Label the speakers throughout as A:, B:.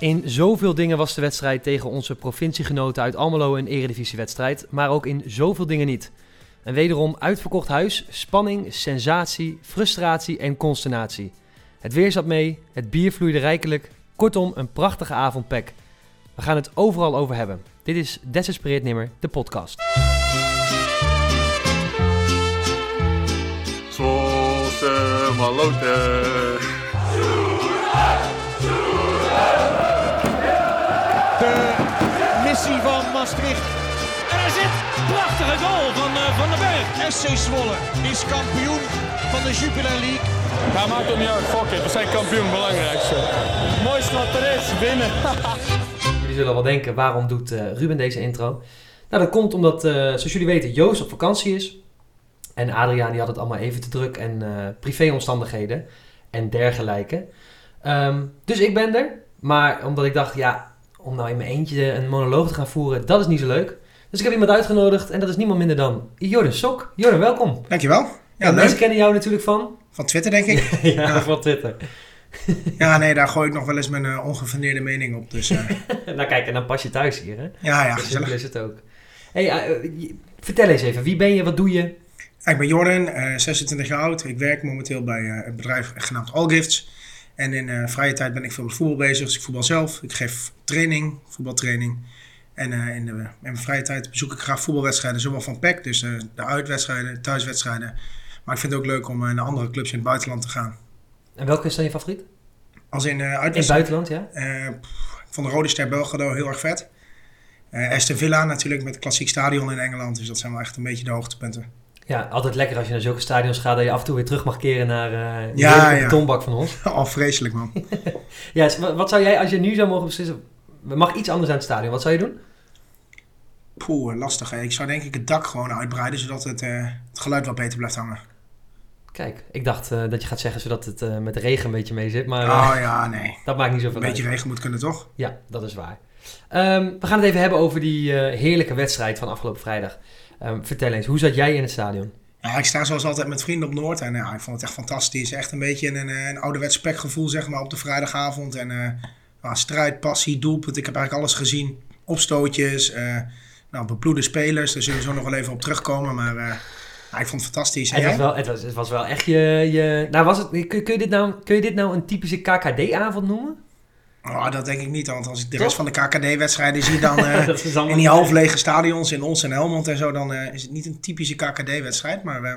A: In zoveel dingen was de wedstrijd tegen onze provinciegenoten uit Almelo een eredivisiewedstrijd, maar ook in zoveel dingen niet. En wederom uitverkocht huis, spanning, sensatie, frustratie en consternatie. Het weer zat mee, het bier vloeide rijkelijk, kortom een prachtige avondpek. We gaan het overal over hebben. Dit is Desespereerd Nimmer, de podcast.
B: Solse Malote.
C: De missie van Maastricht.
D: En er zit prachtige goal van eh, Van den Berg.
C: SC Zwolle is kampioen van de Jupiler League.
E: Ja, maakt het niet uit, fuck it. We zijn kampioen, belangrijkste. Het mooiste wat er is, winnen.
A: Jullie zullen wel denken, waarom doet eh, Ruben deze intro? Nou, dat komt omdat, eh, zoals jullie weten, Joost op vakantie is. En Adriaan die had het allemaal even te druk en eh privéomstandigheden en dergelijke. Ehm, dus ik ben er. Maar omdat ik dacht, ja, om nou in mijn eentje een monoloog te gaan voeren, dat is niet zo leuk. Dus ik heb iemand uitgenodigd en dat is niemand minder dan Jordan Sok. Jordan, welkom.
F: Dankjewel. Ja,
A: En mensen
F: leuk.
A: kennen jou natuurlijk van...
F: Van Twitter, denk ik.
A: ja, van Twitter.
F: ja, nee, daar gooi ik nog wel eens mijn eh, ongefundeerde mening op. Dus eh,
A: nou kijk, en dan pas je thuis hier, hè?
F: ja, ja,
A: Zo
F: gezellig.
A: simpel is het ook. Hey, eh, je- vertel eens even, wie ben je, wat doe je?
F: Ik ben Jordan, eh, 26 jaar oud. Ik werk momenteel bij eh, een bedrijf genaamd All Gifts. En in eh, vrije tijd ben ik veel met voetbal bezig. Dus ik voetbal zelf. Ik geef training, voetbaltraining. En eh, in, de, in mijn vrije tijd bezoek ik graag voetbalwedstrijden, zowel van PEC, dus eh, de uitwedstrijden, thuiswedstrijden. Maar ik vind het ook leuk om eh, naar andere clubs in het buitenland te gaan.
A: En welke is dan je favoriet?
F: Als in eh
A: In het
F: uitwedstrijden.
A: buitenland, ja?
F: Eh, pff, ik vond de Rode Ster Belgrado heel erg vet. Eh Aston Villa natuurlijk met het klassiek stadion in Engeland. Dus dat zijn wel echt een beetje de hoogtepunten.
A: Ja, altijd lekker als je naar zulke stadions gaat dat je af en toe weer terug mag keren naar eh
F: Ja,
A: ja, de
F: ja.
A: tombak van ons.
F: Al vreselijk man.
A: Ja, dus wa- wat zou jij, als je nu zou mogen beslissen, we mag iets anders aan het stadion, wat zou je doen?
F: Poeh, lastig hè. Ik zou denk ik het dak gewoon uitbreiden, zodat het, eh, het geluid wat beter blijft hangen.
A: Kijk, ik dacht eh, dat je gaat zeggen zodat het eh, met de regen een beetje mee zit, maar eh,
F: Oh ja, nee.
A: dat maakt niet
F: Een
A: zoveel
F: beetje
A: uit.
F: regen moet kunnen toch?
A: Ja, dat is waar. Ehm, we gaan het even hebben over die eh, heerlijke wedstrijd van afgelopen vrijdag. Ehm, vertel eens, hoe zat jij in het stadion?
F: Ja, ik sta zoals altijd met vrienden op Noord en ja, ik vond het echt fantastisch. Echt een beetje een, eh, een, een ouderwets spekgevoel zeg maar op de vrijdagavond. En eh, nou, strijd, passie, doelpunt. Ik heb eigenlijk alles gezien. Opstootjes, eh nou, bebloede spelers. Daar zullen we zo nog wel even op terugkomen. Maar eh, ja, ik vond het fantastisch. En
A: Het was,
F: jij?
A: wel, het, was, het was wel echt je... je nou, was het, kun, kun je dit nou, kun je dit nou een typische KKD-avond noemen?
F: Oh, dat denk ik niet, want als ik de
A: Toch?
F: rest van de KKD-wedstrijden zie, dan eh,
A: Dat is allemaal-
F: in die half lege stadions in Ons en Helmond en zo, dan eh, is het niet een typische KKD-wedstrijd. Maar eh,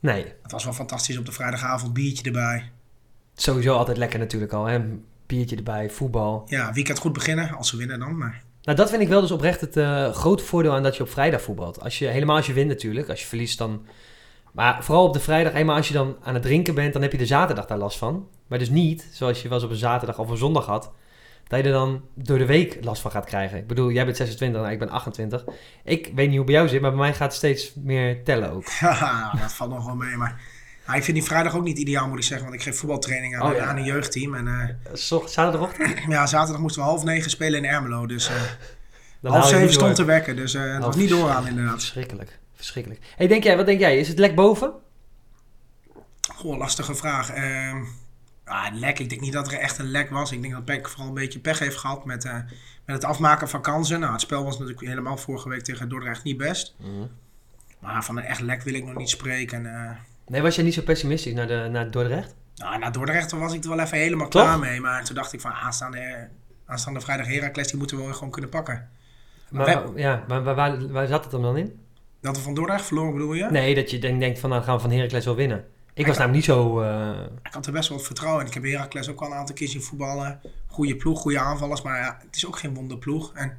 A: Nee,
F: het was wel fantastisch op de vrijdagavond, biertje erbij.
A: Sowieso altijd lekker natuurlijk al, hè? Biertje erbij, voetbal.
F: Ja, weekend goed beginnen, als ze winnen dan. Maar
A: Nou, dat vind ik wel dus oprecht het eh, grote voordeel aan dat je op vrijdag voetbalt. Als je, helemaal als je wint natuurlijk, als je verliest dan... Maar vooral op de vrijdag, eenmaal als je dan aan het drinken bent, dan heb je de zaterdag daar last van. Maar dus niet, zoals je wel eens op een zaterdag of een zondag had, dat je er dan door de week last van gaat krijgen. Ik bedoel, jij bent 26, nou, ik ben 28. Ik weet niet hoe bij jou zit, maar bij mij gaat het steeds meer tellen ook.
F: haha, dat valt nog wel mee. Maar nou, ik vind die vrijdag ook niet ideaal, moet ik zeggen, want ik geef voetbaltraining aan,
A: Oh, ja.
F: aan een jeugdteam. En eh,
A: Zocht, zaterdagochtend?
F: ja, zaterdag moesten we half negen spelen in Ermelo, dus eh,
A: Dan haal
F: half
A: je het
F: zeven
A: niet
F: stond te
A: door.
F: werken, dus eh het
A: Oh,
F: was niet doorgaan inderdaad.
A: Verschrikkelijk, verschrikkelijk. hey, denk jij, wat denk jij? Is het lek boven?
F: Goh, lastige vraag. Ehm, ah, lek. Ik denk niet dat er echt een lek was. Ik denk dat Peck vooral een beetje pech heeft gehad met, eh, met het afmaken van kansen. Nou, het spel was natuurlijk helemaal vorige week tegen Dordrecht niet best. Maar van een echt lek wil ik nog niet spreken. En, eh,
A: Nee, was jij niet zo pessimistisch naar, de, naar Dordrecht?
F: nou, na Dordrecht was ik er wel even helemaal
A: Toch?
F: klaar mee. Maar toen dacht ik van aanstaande, eh, aanstaande vrijdag Heracles, die moeten we wel gewoon kunnen pakken.
A: Maar,
F: Wij-
A: wa- ja, maar waar, waar, waar zat het hem dan in?
F: Dat we van Dordrecht verloren bedoel je?
A: Nee, dat je denk, denkt van nou gaan we van Heracles wel winnen. Ik was
F: Ja.
A: namelijk niet zo... eh,
F: Ik had er best wel wat vertrouwen in. Ik heb Heracles ook al een aantal keer zien voetballen. Goede ploeg, goede aanvallers, maar ja, het is ook geen wonderploeg. En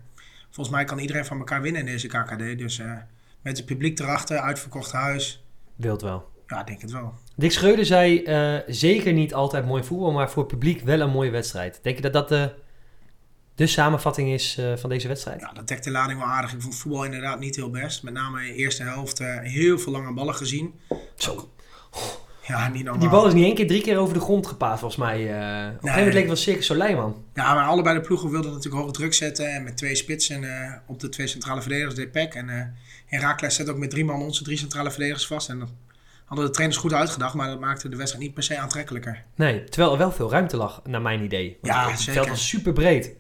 F: volgens mij kan iedereen van elkaar winnen in deze KKD. Dus eh, met het publiek erachter, uitverkocht huis.
A: wild wel.
F: Ja, ik denk het wel.
A: Dick Schreuder zei eh, zeker niet altijd mooi voetbal, maar voor het publiek wel een mooie wedstrijd. Denk je dat dat de, de samenvatting is eh, van deze wedstrijd?
F: Ja, dat dekt de lading wel aardig. Ik vond voetbal inderdaad niet heel best. Met name in de eerste helft eh, heel veel lange ballen gezien.
A: Zo.
F: Ja, niet normaal.
A: Die bal is niet één keer, drie keer over de grond gepaard volgens mij. eh. op een gegeven moment
F: Nee.
A: leek het wel Circus Soleiman.
F: Ja, maar allebei de ploegen wilden natuurlijk hoge druk zetten. En met twee spitsen eh, op de twee centrale verdedigers deed Peck. En eh Herakles zet ook met drie man onze drie centrale verdedigers vast. En dat hadden de trainers goed uitgedacht, maar dat maakte de wedstrijd niet per se aantrekkelijker.
A: Nee, terwijl er wel veel ruimte lag, naar mijn idee. Want
F: Ja,
A: het
F: zeker.
A: veld was super breed.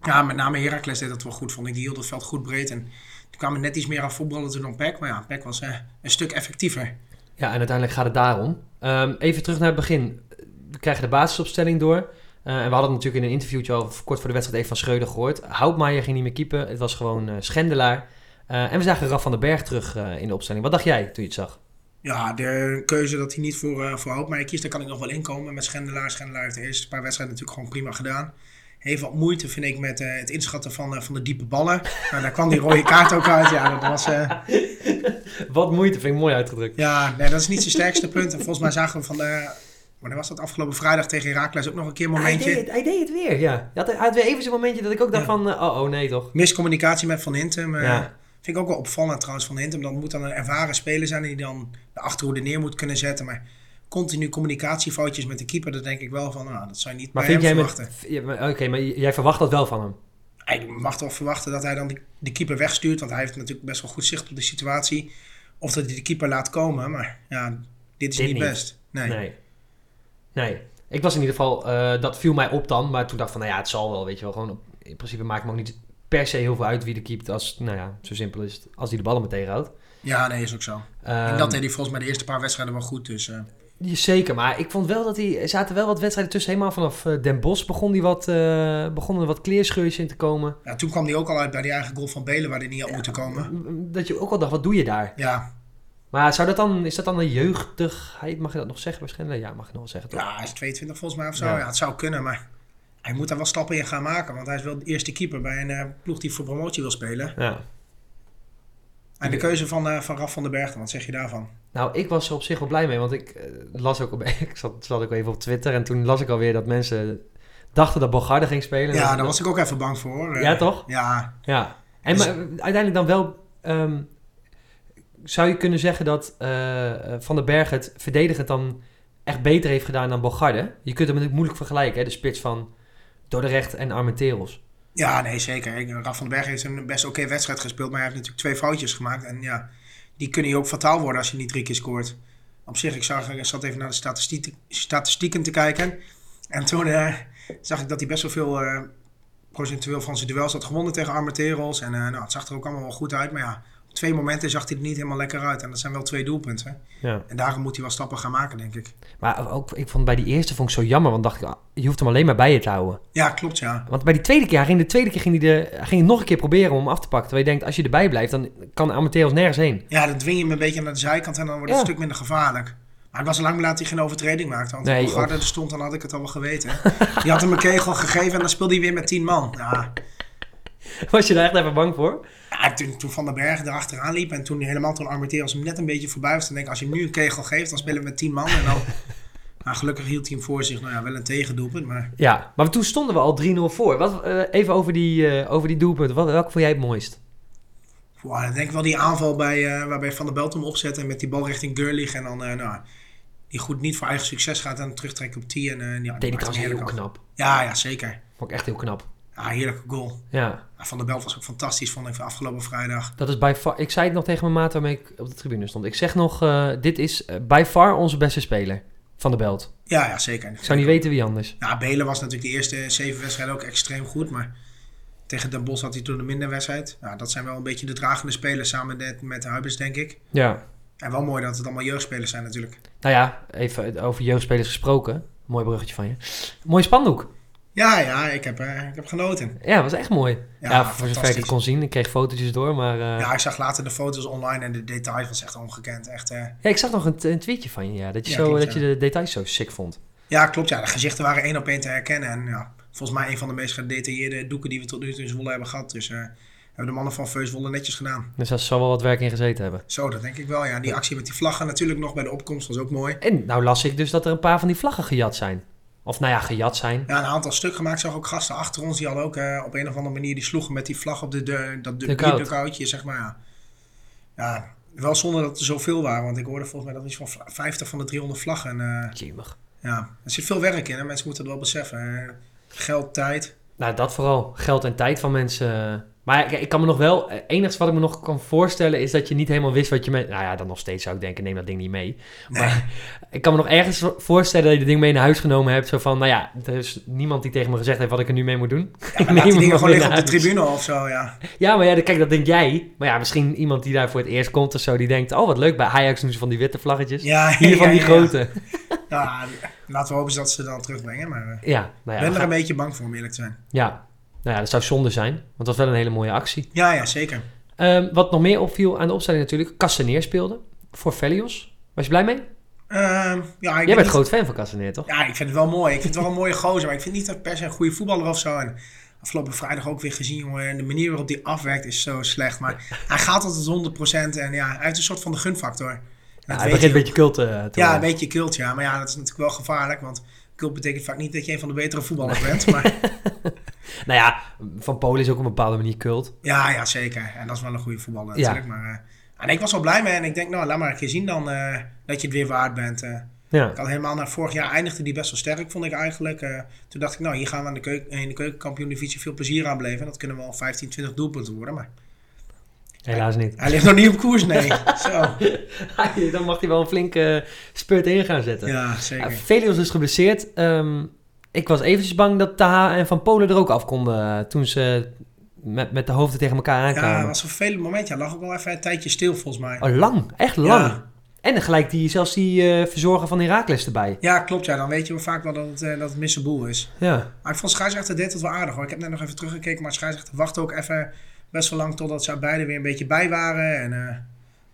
F: Ja, met name Heracles deed dat wel goed, vond ik. Die hield het veld goed breed en die kwamen net iets meer aan voetballen toen dan PEC. Maar ja, PEC was eh, een stuk effectiever.
A: Ja, en uiteindelijk gaat het daarom. Ehm, even terug naar het begin. We krijgen de basisopstelling door. Eh, en we hadden het natuurlijk in een interviewtje al kort voor de wedstrijd even van Schreuder gehoord. Houtmaier ging niet meer keepen. Het was gewoon eh, schendelaar. Eh, en we zagen Raf van den Berg terug eh, in de opstelling. Wat dacht jij toen je het zag?
F: Ja, de keuze dat hij niet voor, eh voor Hoopmeijer kiest, daar kan ik nog wel inkomen met Schendelaar. Schendelaar heeft de eerste paar wedstrijden natuurlijk gewoon prima gedaan. Heeft wat moeite, vind ik, met eh, het inschatten van, eh, van de diepe ballen. Nou, daar kwam die rode kaart ook uit. Ja, dat was... eh,
A: Wat moeite, vind ik mooi uitgedrukt.
F: Ja, nee, dat is niet zijn sterkste punt. En volgens mij zagen we van de... Wanneer was dat? Afgelopen vrijdag tegen Herakles ook nog een keer een
A: Hij deed,
F: momentje.
A: het, hij deed het weer, ja. Hij had, hij had weer even zo'n momentje dat ik ook dacht van... eh, oh, oh, nee toch.
F: Miscommunicatie met Van Hintem. eh,
A: Ja.
F: Vind ik ook wel opvallend trouwens van Hintem. Dat moet dan een ervaren speler zijn die dan de achterhoede neer moet kunnen zetten. Maar continu communicatiefoutjes met de keeper, dat denk ik wel van... Nou, dat zou je niet
A: Maar
F: bij
A: vind
F: hem
A: jij... met-
F: verwachten.
A: ja, maar- Oké, maar j- jij verwacht dat wel van hem.
F: Ik mag toch verwachten dat hij dan de, de keeper wegstuurt. Want hij heeft natuurlijk best wel goed zicht op de situatie. Of dat hij de keeper laat komen. Maar ja, dit is
A: Dit
F: niet
A: niet.
F: best. Nee.
A: Nee. Nee. Ik was in ieder geval, eh, dat viel mij op dan, maar toen dacht ik van, nou ja, het zal wel, weet je wel. Gewoon, op- in principe maakt me ook niet per se heel veel uit wie er keept, als, nou ja, zo simpel is het, als die de ballen meteen houdt.
F: Ja, nee, is ook zo.
A: Ehm.
F: en dat deed hij volgens mij de eerste paar wedstrijden wel goed. Dus... eh,
A: Ja, Zeker, maar ik vond wel dat hij, er zaten wel wat wedstrijden tussen, helemaal vanaf eh, Den Bosch begon die wat, eh, begonnen er wat kleerscheurtjes in te komen.
F: Ja, toen kwam hij ook al uit bij die eigen goal van Belen, waar hij niet had moeten komen.
A: Dat je ook al dacht, wat doe je daar?
F: Ja,
A: Maar zou dat dan, is dat dan een jeugdigheid, mag je dat nog zeggen waarschijnlijk? Ja, mag je nog wel zeggen toch?
F: ja, hij is 22 volgens mij of zo.
A: Ja.
F: Ja. het zou kunnen, maar hij moet daar wel stappen in gaan maken. Want hij is wel de eerste keeper bij een eh, ploeg die voor promotie wil spelen.
A: ja.
F: En de keuze van, eh, van Raf van den Bergen, wat zeg je daarvan?
A: Nou, ik was er op zich wel blij mee, want ik eh, las ook op, ik zat, zat ook even op Twitter en toen las ik alweer dat mensen dachten dat Bogarde ging spelen.
F: Ja, daar was ik ook even bang voor. hoor. Eh,
A: Ja, toch?
F: Ja,
A: Ja. En
F: Dus-
A: maar, eh, uiteindelijk dan wel, ehm, zou je kunnen zeggen dat eh, eh, Van den Berg het verdedigend dan echt beter heeft gedaan dan Bogarde? Je kunt hem natuurlijk moeilijk vergelijken, hè, de spits van Dordrecht en Armenteros.
F: ja nee, zeker. Ik- Raf van den Bergen heeft een best oké wedstrijd gespeeld, maar hij heeft natuurlijk twee foutjes gemaakt. En ja, die kunnen je ook fataal worden als je niet drie keer scoort. Op zich, ik, zag, ik zat even naar de statistiek, statistieken te kijken. En toen eh, zag ik dat hij best wel veel eh, procentueel van zijn duels had gewonnen tegen Armateros. En eh, nou, het zag er ook allemaal wel goed uit. Maar ja, op twee momenten zag hij er niet helemaal lekker uit. En dat zijn wel twee doelpunten.
A: Ja.
F: En daarom moet hij wel stappen gaan maken, denk ik.
A: Maar ook, ik vond bij die eerste vond ik zo jammer, want dacht ik, ah, je hoeft hem alleen maar bij je te houden.
F: Ja, klopt ja.
A: Want bij die tweede keer, hij ging de tweede keer ging hij, de, hij ging het nog een keer proberen om hem af te pakken. Terwijl je denkt, als je erbij blijft, dan kan Amateros nergens heen.
F: Ja, dan dwing je hem een beetje naar de zijkant en dan wordt
A: Ja.
F: het een stuk minder gevaarlijk. Maar het was al lang dat hij geen overtreding maakte. Want
A: Nee,
F: hoe harder er stond, dan had ik het al wel geweten. Die had hem een kegel gegeven en dan speelde hij weer met tien man. Ja,
A: Was je daar echt even bang voor?
F: Ja, toen, toen Van den Berg erachteraan liep en toen helemaal toen Armenteros hem net een beetje voorbij was. Dan denk ik, als je hem nu een kegel geeft, dan spelen we met 10 man. En dan, nou, gelukkig hield hij hem voor zich. Nou ja, wel een tegendoelpunt, maar
A: Ja, maar toen stonden we al 3-0 voor. Wat, eh, even over die, eh, over die doelpunten. Wat, welke vond jij het mooist?
F: wow, ik denk wel die aanval bij, eh, waarbij Van der Belt hem opzet en met die bal richting Gurlich. En dan, eh, nou, die goed niet voor eigen succes gaat en dan terugtrekt op 10. En, eh, ja, die
A: Deed ik
F: maakt
A: trouwens
F: een
A: heel
F: heerlijke-
A: knap.
F: Ja, ja, zeker.
A: Vond ik echt heel knap.
F: Ja, Ah, heerlijke goal.
A: Ja,
F: Ja, Van der Belt was ook fantastisch, vond ik, afgelopen vrijdag.
A: dat is by far... Ik zei het nog tegen mijn maat waarmee ik op de tribune stond. Ik zeg nog, eh, dit is eh, by far onze beste speler van de belt.
F: Ja, ja, zeker.
A: Ik zou niet weten wie anders.
F: Ja, Belen was natuurlijk de eerste zeven wedstrijden ook extreem goed. Maar tegen Den Bosch had hij toen een minder wedstrijd. Ja, dat zijn wel een beetje de dragende spelers samen met, met de Huibers, denk ik.
A: Ja.
F: En wel mooi dat het allemaal jeugdspelers zijn natuurlijk.
A: Nou ja, even over jeugdspelers gesproken. Mooi bruggetje van je. Mooi spandoek.
F: Ja, ja, ik heb, eh, ik heb genoten.
A: Ja, was echt mooi. Ja,
F: Ja,
A: voor zover ik het
F: fantastisch.
A: kon zien. Ik kreeg fotootjes door, maar... eh,
F: Ja, ik zag later de foto's online en de details was echt ongekend. Echt, eh,
A: ja, ik zag nog een, t- een tweetje van je, ja. Dat je,
F: Ja,
A: zo,
F: klopt,
A: dat
F: ja.
A: je de details zo sick vond.
F: ja, klopt. Ja, de gezichten waren één op één te herkennen. En ja, volgens mij een van de meest gedetailleerde doeken die we tot nu toe in Zwolle hebben gehad. Dus eh, hebben de mannen van Veus Zwolle netjes gedaan.
A: Dus daar zal wel wat werk in gezeten hebben.
F: Zo, dat denk ik wel. Ja, die actie met die vlaggen natuurlijk nog bij de opkomst was ook mooi.
A: En nou las ik dus dat er een paar van die vlaggen gejat zijn. Of nou ja, gejat zijn.
F: Ja, een aantal stuk gemaakt. Zag ook gasten achter ons. Die hadden ook eh, op een of andere manier die sloegen met die vlag op de, de, dat de,
A: Dugout.
F: die dugoutje, zeg maar. Ja. ja, wel zonder dat er zoveel waren. Want ik hoorde volgens mij dat iets van v- 50 van de 300 vlaggen. eh,
A: Jemig.
F: ja, er zit veel werk in. Hè? Mensen moeten het wel beseffen. eh. Geld, tijd.
A: Nou, dat vooral. Geld en tijd van mensen. eh. Maar Maar ik, ik kan me nog wel, het enigste wat ik me nog kan voorstellen is dat je niet helemaal wist wat je met. Nou ja, dan nog steeds zou ik denken: neem dat ding niet mee. Maar ik kan me nog ergens voorstellen dat je dat ding mee naar huis genomen hebt. Zo van: nou ja, er is niemand die tegen me gezegd heeft wat ik er nu mee moet doen. Ik
F: Maar laat
A: neem
F: die
A: hem
F: dingen
A: maar
F: gewoon
A: mee
F: liggen op
A: naar
F: de
A: huis.
F: tribune of zo, ja.
A: Ja, maar ja, dan- kijk, dat denk jij. Maar ja, misschien iemand die daar voor het eerst komt of zo, die denkt: oh, wat leuk, bij Ajax doen ze van die witte vlaggetjes.
F: ja
A: Hier
F: ja,
A: van die
F: ja, ja.
A: grote.
F: Nou, laten we hopen dat ze dan terugbrengen, maar eh, ik
A: Ja, nou ja,
F: ben er
A: ga-
F: een beetje bang voor, om eerlijk te zijn.
A: ja. Nou ja, dat zou zonde zijn, want dat was wel een hele mooie actie.
F: Ja, ja, zeker.
A: Ehm, wat nog meer opviel aan de opstelling natuurlijk, Castaneer speelde voor Velios. Was je blij mee?
F: Ehm, ja, ik
A: Jij
F: ben
A: bent
F: niet-
A: groot fan van Castaneer, toch?
F: Ja, ik vind het wel mooi. Ik vind het wel een mooie gozer, maar ik vind niet dat per se een goede voetballer of zo. En afgelopen vrijdag ook weer gezien, jongen. En de manier waarop hij afwerkt is zo slecht. Maar hij gaat altijd 100% en ja, hij heeft een soort van de gunfactor. En
A: Ja, hij
F: dat weet
A: begint een
F: je.
A: beetje cult eh, te
F: Ja, een
A: worden.
F: beetje kult, ja. Maar ja, dat is natuurlijk wel gevaarlijk, want kult betekent vaak niet dat je een van de betere voetballers bent. Maar
A: Nou ja, Van Polen is ook op een bepaalde manier cult.
F: ja, ja, zeker. En dat is wel een goede voetballer
A: Ja.
F: natuurlijk. Maar, eh, en ik was wel blij mee en ik denk, nou, laat maar een keer zien dan eh, dat je het weer waard bent. eh.
A: Ja,
F: Ik had helemaal naar vorig jaar eindigde die best wel sterk, vond ik eigenlijk. Eh, toen dacht ik, nou, hier gaan we aan de keuken, in de keukenkampioen-divisie veel plezier aan beleven. En dat kunnen wel 15, 20 doelpunten worden. Maar
A: helaas niet.
F: hij ligt nog niet op koers, nee. Zo.
A: Dan mag hij wel een flinke spurt in gaan zetten.
F: Ja,
A: Ja,
F: zeker.
A: Eh, Velios is dus geblesseerd. Ehm, ik was eventjes bang dat Taha en Van Polen er ook af konden eh, toen ze met, met de hoofden tegen elkaar
F: Ja,
A: aankwamen.
F: dat was een vervelend moment. Ja, lag ook wel even een tijdje stil, volgens mij.
A: Oh, lang, echt lang.
F: Ja.
A: En dan gelijk die, zelfs die eh, verzorger van Herakles erbij.
F: Ja, klopt. Ja, dan weet je wel vaak wel dat het, eh, dat het missen boel is.
A: Ja,
F: Maar ik vond scheidsrechter deed dat wel aardig hoor. Ik heb net nog even teruggekeken, maar scheidsrechter wachtte ook even best wel lang totdat ze beiden weer een beetje bij waren. En eh,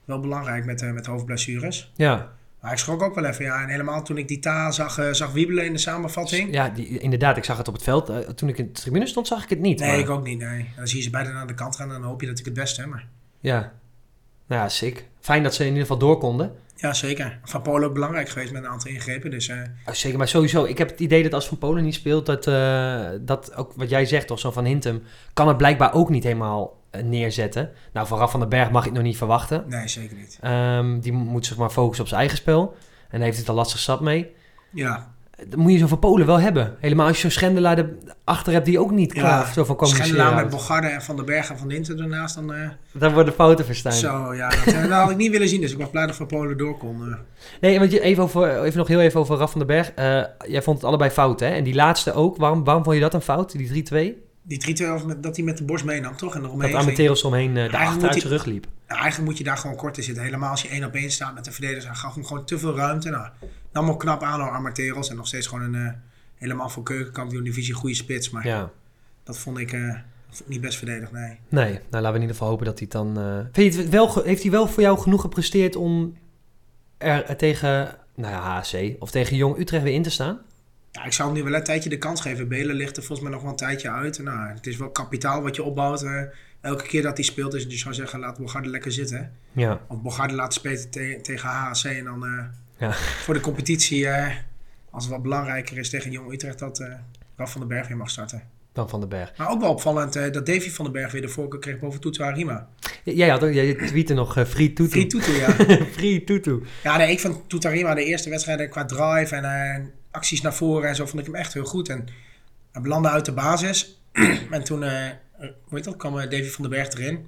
F: wel belangrijk met, eh, met hoofdblessures.
A: ja.
F: Maar ik schrok ook wel even, ja. En helemaal toen ik die taal zag, eh, zag wiebelen in de samenvatting.
A: ja die, inderdaad, ik zag het op het veld. Eh, toen ik in de tribune stond, zag ik het niet. maar-
F: Nee, ik ook niet, nee. En dan zie je ze beiden naar de kant gaan en dan hoop je dat ik het beste heb. Maar
A: Ja. Nou ja, sick. Fijn dat ze in ieder geval door konden.
F: ja, zeker. Van Polen ook belangrijk geweest met een aantal ingrepen. Dus eh,
A: Oh, Zeker, maar sowieso. Ik heb het idee dat als Van Polen niet speelt, dat, eh, dat ook wat jij zegt, toch, zo van Hintem, kan het blijkbaar ook niet helemaal eh, neerzetten. Nou, van Raf van den Berg mag ik nog niet verwachten.
F: nee, zeker niet.
A: Ehm, die moet zich maar focussen op zijn eigen spel. En daar heeft het al lastig zat mee.
F: Ja,
A: Eh, Dan moet je zo van Polen wel hebben. Helemaal als je zo'n Schendelaar er- achter hebt die ook niet klaar
F: Ja,
A: zo van
F: Schendelaar met
A: communiceren.
F: Bogarde en Van den Berg en Van Dinten daarnaast. Dan, eh,
A: Dan worden fouten verstuimd.
F: zo, ja. Dat, eh, dat had ik niet willen zien, dus ik was blij dat Van Polen door kon. eh.
A: Nee, want je- even, over, even nog heel even over Raf van den Berg. Eh, jij vond het allebei fout, hè? En die laatste ook. Waarom, waarom vond je dat een fout, die 3-2?
F: die 3-2 of met- dat hij met de borst meenam, toch? En
A: Dat
F: eromheen ging.
A: Amateros omheen eh de
F: Eigenlijk moet
A: achter uit
F: hij-
A: zijn rug liep.
F: Nou, eigenlijk moet je daar gewoon kort in zitten. Helemaal als je één op één staat met de verdediger, gaf hem gewoon te veel ruimte. Nou, nam ook knap aan door Armateros. En nog steeds gewoon een eh, helemaal voor keukenkampioen divisie goede spits. Maar
A: Ja.
F: Dat vond ik eh, vond ik niet best verdedigd, nee.
A: Nee, nou laten we in ieder geval hopen dat hij het dan... eh, Vind je het wel, ge- heeft hij wel voor jou genoeg gepresteerd om er eh, tegen nou ja, HC of tegen Jong Utrecht weer in te staan?
F: Ja, ik zou hem nu wel een tijdje de kans geven. Belen ligt er volgens mij nog wel een tijdje uit. Nou, het is wel kapitaal wat je opbouwt. eh, elke keer dat hij speelt, dus je zou zeggen, laat Bogarde lekker zitten.
A: Ja.
F: Of Bogarde laat spelen te- tegen HAC en dan eh,
A: Ja.
F: voor de competitie, eh, als het wat belangrijker is tegen Jong Utrecht, dat eh Raf van den Berg weer mag starten.
A: Dan Van den Berg.
F: Maar ook wel opvallend eh, dat Davy van den Berg weer de voorkeur kreeg boven Toetu Arima.
A: J- Jij, had ook, jij tweette nog eh, Free Tutu.
F: Free Toetu, ja.
A: Free Tutu.
F: Ja, nee, ik vond Tutarima de eerste wedstrijden qua drive en eh, acties naar voren en zo vond ik hem echt heel goed. En hij belandde uit de basis. en toen, eh, eh, hoe heet dat, kwam eh, Davy van den Berg erin.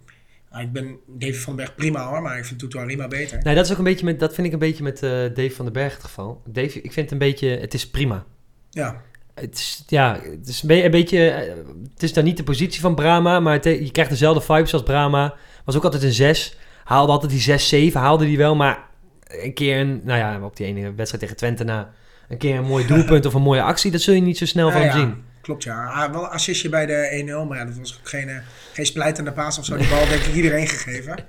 F: Nou, ik ben Davy van den Berg prima hoor, maar ik vind Tutarima beter.
A: Nee, dat, is ook een beetje met, dat vind ik een beetje met eh, Dave van den Berg het geval. Dave, ik vind het een beetje... Het is prima.
F: Ja,
A: Het is, ja, het is een be- een beetje... eh, Het is dan niet de positie van Brahma, maar het- je krijgt dezelfde vibes als Brahma. Was ook altijd een 6. Haalde altijd die 6, 7, haalde die wel. Maar een keer een... Nou ja, op die ene wedstrijd tegen Twente na... Een keer een mooi doelpunt of een mooie actie. Dat zul je niet zo snel van
F: Ja,
A: hem
F: ja,
A: zien.
F: Klopt ja. Ah, wel een assistje bij de 1-0, maar ja, dat was ook geen, eh, geen splijtende paas of zo. Die bal denk ik iedereen gegeven.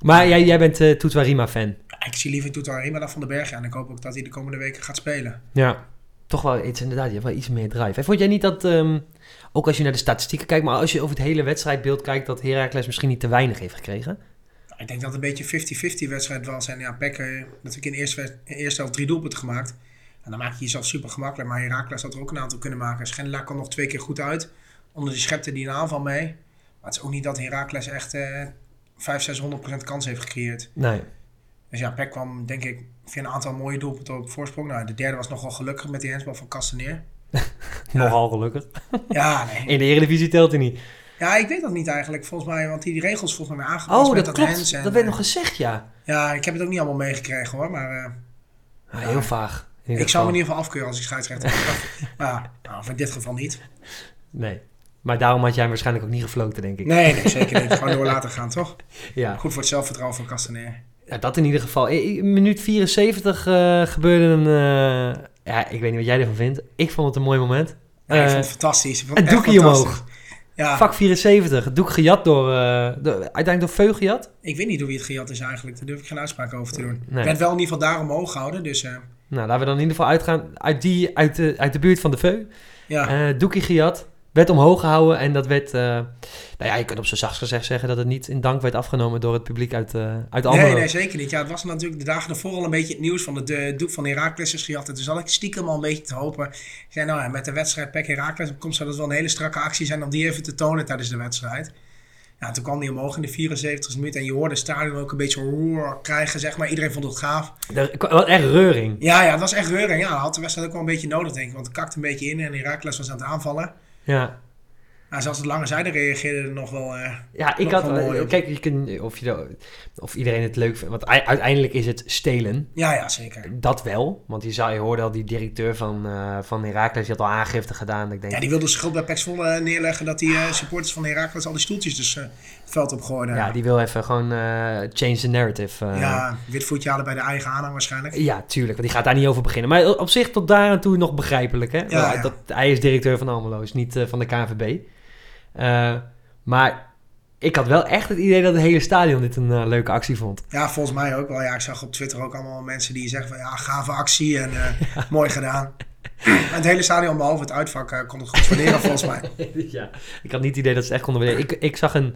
A: Maar jij, jij bent eh Toetwarima-fan.
F: Ik zie liever Tutarima dan van den Berg ja, en ik hoop ook dat hij de komende weken gaat spelen.
A: Ja. Toch wel iets, inderdaad, je hebt wel iets meer drive. En vond jij niet dat, ehm, ook als je naar de statistieken kijkt, maar als je over het hele wedstrijdbeeld kijkt, dat Heracles misschien niet te weinig heeft gekregen?
F: Ik denk dat het een beetje 50-50 wedstrijd was. En ja, Peck eh, natuurlijk in de eerste, wed- in de eerste helft drie doelpunten gemaakt. En dan maak je jezelf super gemakkelijk. Maar Herakles had er ook een aantal kunnen maken. Schendelaar kwam nog twee keer goed uit. Onder die schepte die een aanval mee. Maar het is ook niet dat Herakles echt eh 500-600% kans heeft gecreëerd.
A: Nee.
F: Dus ja, Peck kwam denk ik via een aantal mooie doelpunten op voorsprong. Nou, de derde was nogal gelukkig met die handsbal van Kasteneer.
A: Nogal gelukkig.
F: Ja, nee.
A: In de Eredivisie telt hij niet.
F: Ja, ik weet dat niet eigenlijk, volgens mij. Want die regels volgens mij aangepast
A: Oh,
F: met
A: dat
F: dat hands
A: klopt.
F: en- eh,
A: dat werd nog gezegd, ja.
F: Ja, ik heb het ook niet allemaal meegekregen hoor. Maar eh,
A: Ah, heel vaag. in ieder
F: ik zou
A: geval.
F: me in ieder geval afkeuren als ik scheidsrechter was. maar nou, in dit geval niet.
A: Nee. Maar daarom had jij hem waarschijnlijk ook niet gefloten, denk ik.
F: Nee, nee zeker niet. Gewoon door laten gaan, toch?
A: Ja.
F: Goed voor het zelfvertrouwen van Castaner.
A: Ja, dat in ieder geval. I- i- Minuut 74 eh, gebeurde een... eh, ja, ik weet niet wat jij ervan vindt. Ik vond het een mooi moment.
F: Ja, ik
A: Eh,
F: vond het fantastisch. Ik vond
A: een
F: het echt
A: doekje
F: fantastisch.
A: omhoog.
F: Ja,
A: Vak 74. Het doek gejat door... eh, door- uiteindelijk door Veug gejat.
F: ik weet niet hoe wie het gejat is eigenlijk. Daar durf ik geen uitspraak over te doen.
A: Nee.
F: Werd wel in ieder geval daar omhoog gehouden. Dus eh,
A: Nou, laten we dan in ieder geval uitgaan uit, die, uit, de, uit de buurt van de Veu.
F: ja,
A: Eh doekje gejat. Werd omhoog gehouden en dat werd... eh, nou ja, je kunt op zijn zachtst gezegd zeggen dat het niet in dank werd afgenomen door het publiek uit, eh uit Almelo.
F: Nee, nee, zeker niet. Ja, het was natuurlijk de dagen ervoor al een beetje het nieuws van het eh, doek van Heracles is gejat. En toen zat ik stiekem al een beetje te hopen. Ik zei, nou ja, met de wedstrijd PEC Heracles op komst zou dat wel een hele strakke actie zijn om die even te tonen tijdens de wedstrijd. Ja, toen kwam die omhoog in de 74e minuut en je hoorde het stadion ook een beetje roar krijgen, zeg maar. Iedereen vond het gaaf.
A: Er- Wat echt reuring.
F: Ja, ja, het was echt reuring. Ja, had de wedstrijd ook wel een beetje nodig, denk ik. Want het kakte een beetje in en Heracles was aan het aanvallen.
A: Ja.
F: Maar zelfs de lange zijde reageerde er nog wel... eh,
A: Ja, ik
F: Nog
A: had...
F: wel mooi,
A: eh,
F: hoor.
A: kijk, je kunt, of, je, dat- of iedereen het leuk vindt. Want u- uiteindelijk is het stelen.
F: ja, ja, zeker.
A: Dat wel. Want je, zou, je hoorde al die directeur van, eh van Herakles, die had al aangifte gedaan. Dat ik denk,
F: Ja, die wilde de schuld bij Pax Volle neerleggen dat die eh, supporters van Heracles al die stoeltjes dus eh, het veld op gooiden.
A: ja, die wil even gewoon eh, change the narrative. eh.
F: Ja, wit voetje halen bij de eigen aanhang waarschijnlijk.
A: Ja, tuurlijk, want die gaat daar niet over beginnen. Maar op zich tot daar aan toe nog begrijpelijk. Hè?
F: Ja,
A: Wel,
F: ja.
A: Dat, hij is directeur van Almelo, is niet eh, van de KNVB. Eh, maar ik had wel echt het idee dat het hele stadion dit een eh, leuke actie vond.
F: Ja, volgens mij ook wel. Ja, ik zag op Twitter ook allemaal mensen die zeggen van ja, gave actie en eh, mooi gedaan. En het hele stadion, behalve het uitvak, eh, kon het goed waarderen volgens mij.
A: ja, ik had niet het idee dat ze het echt konden bedenken. Ik, ik zag een,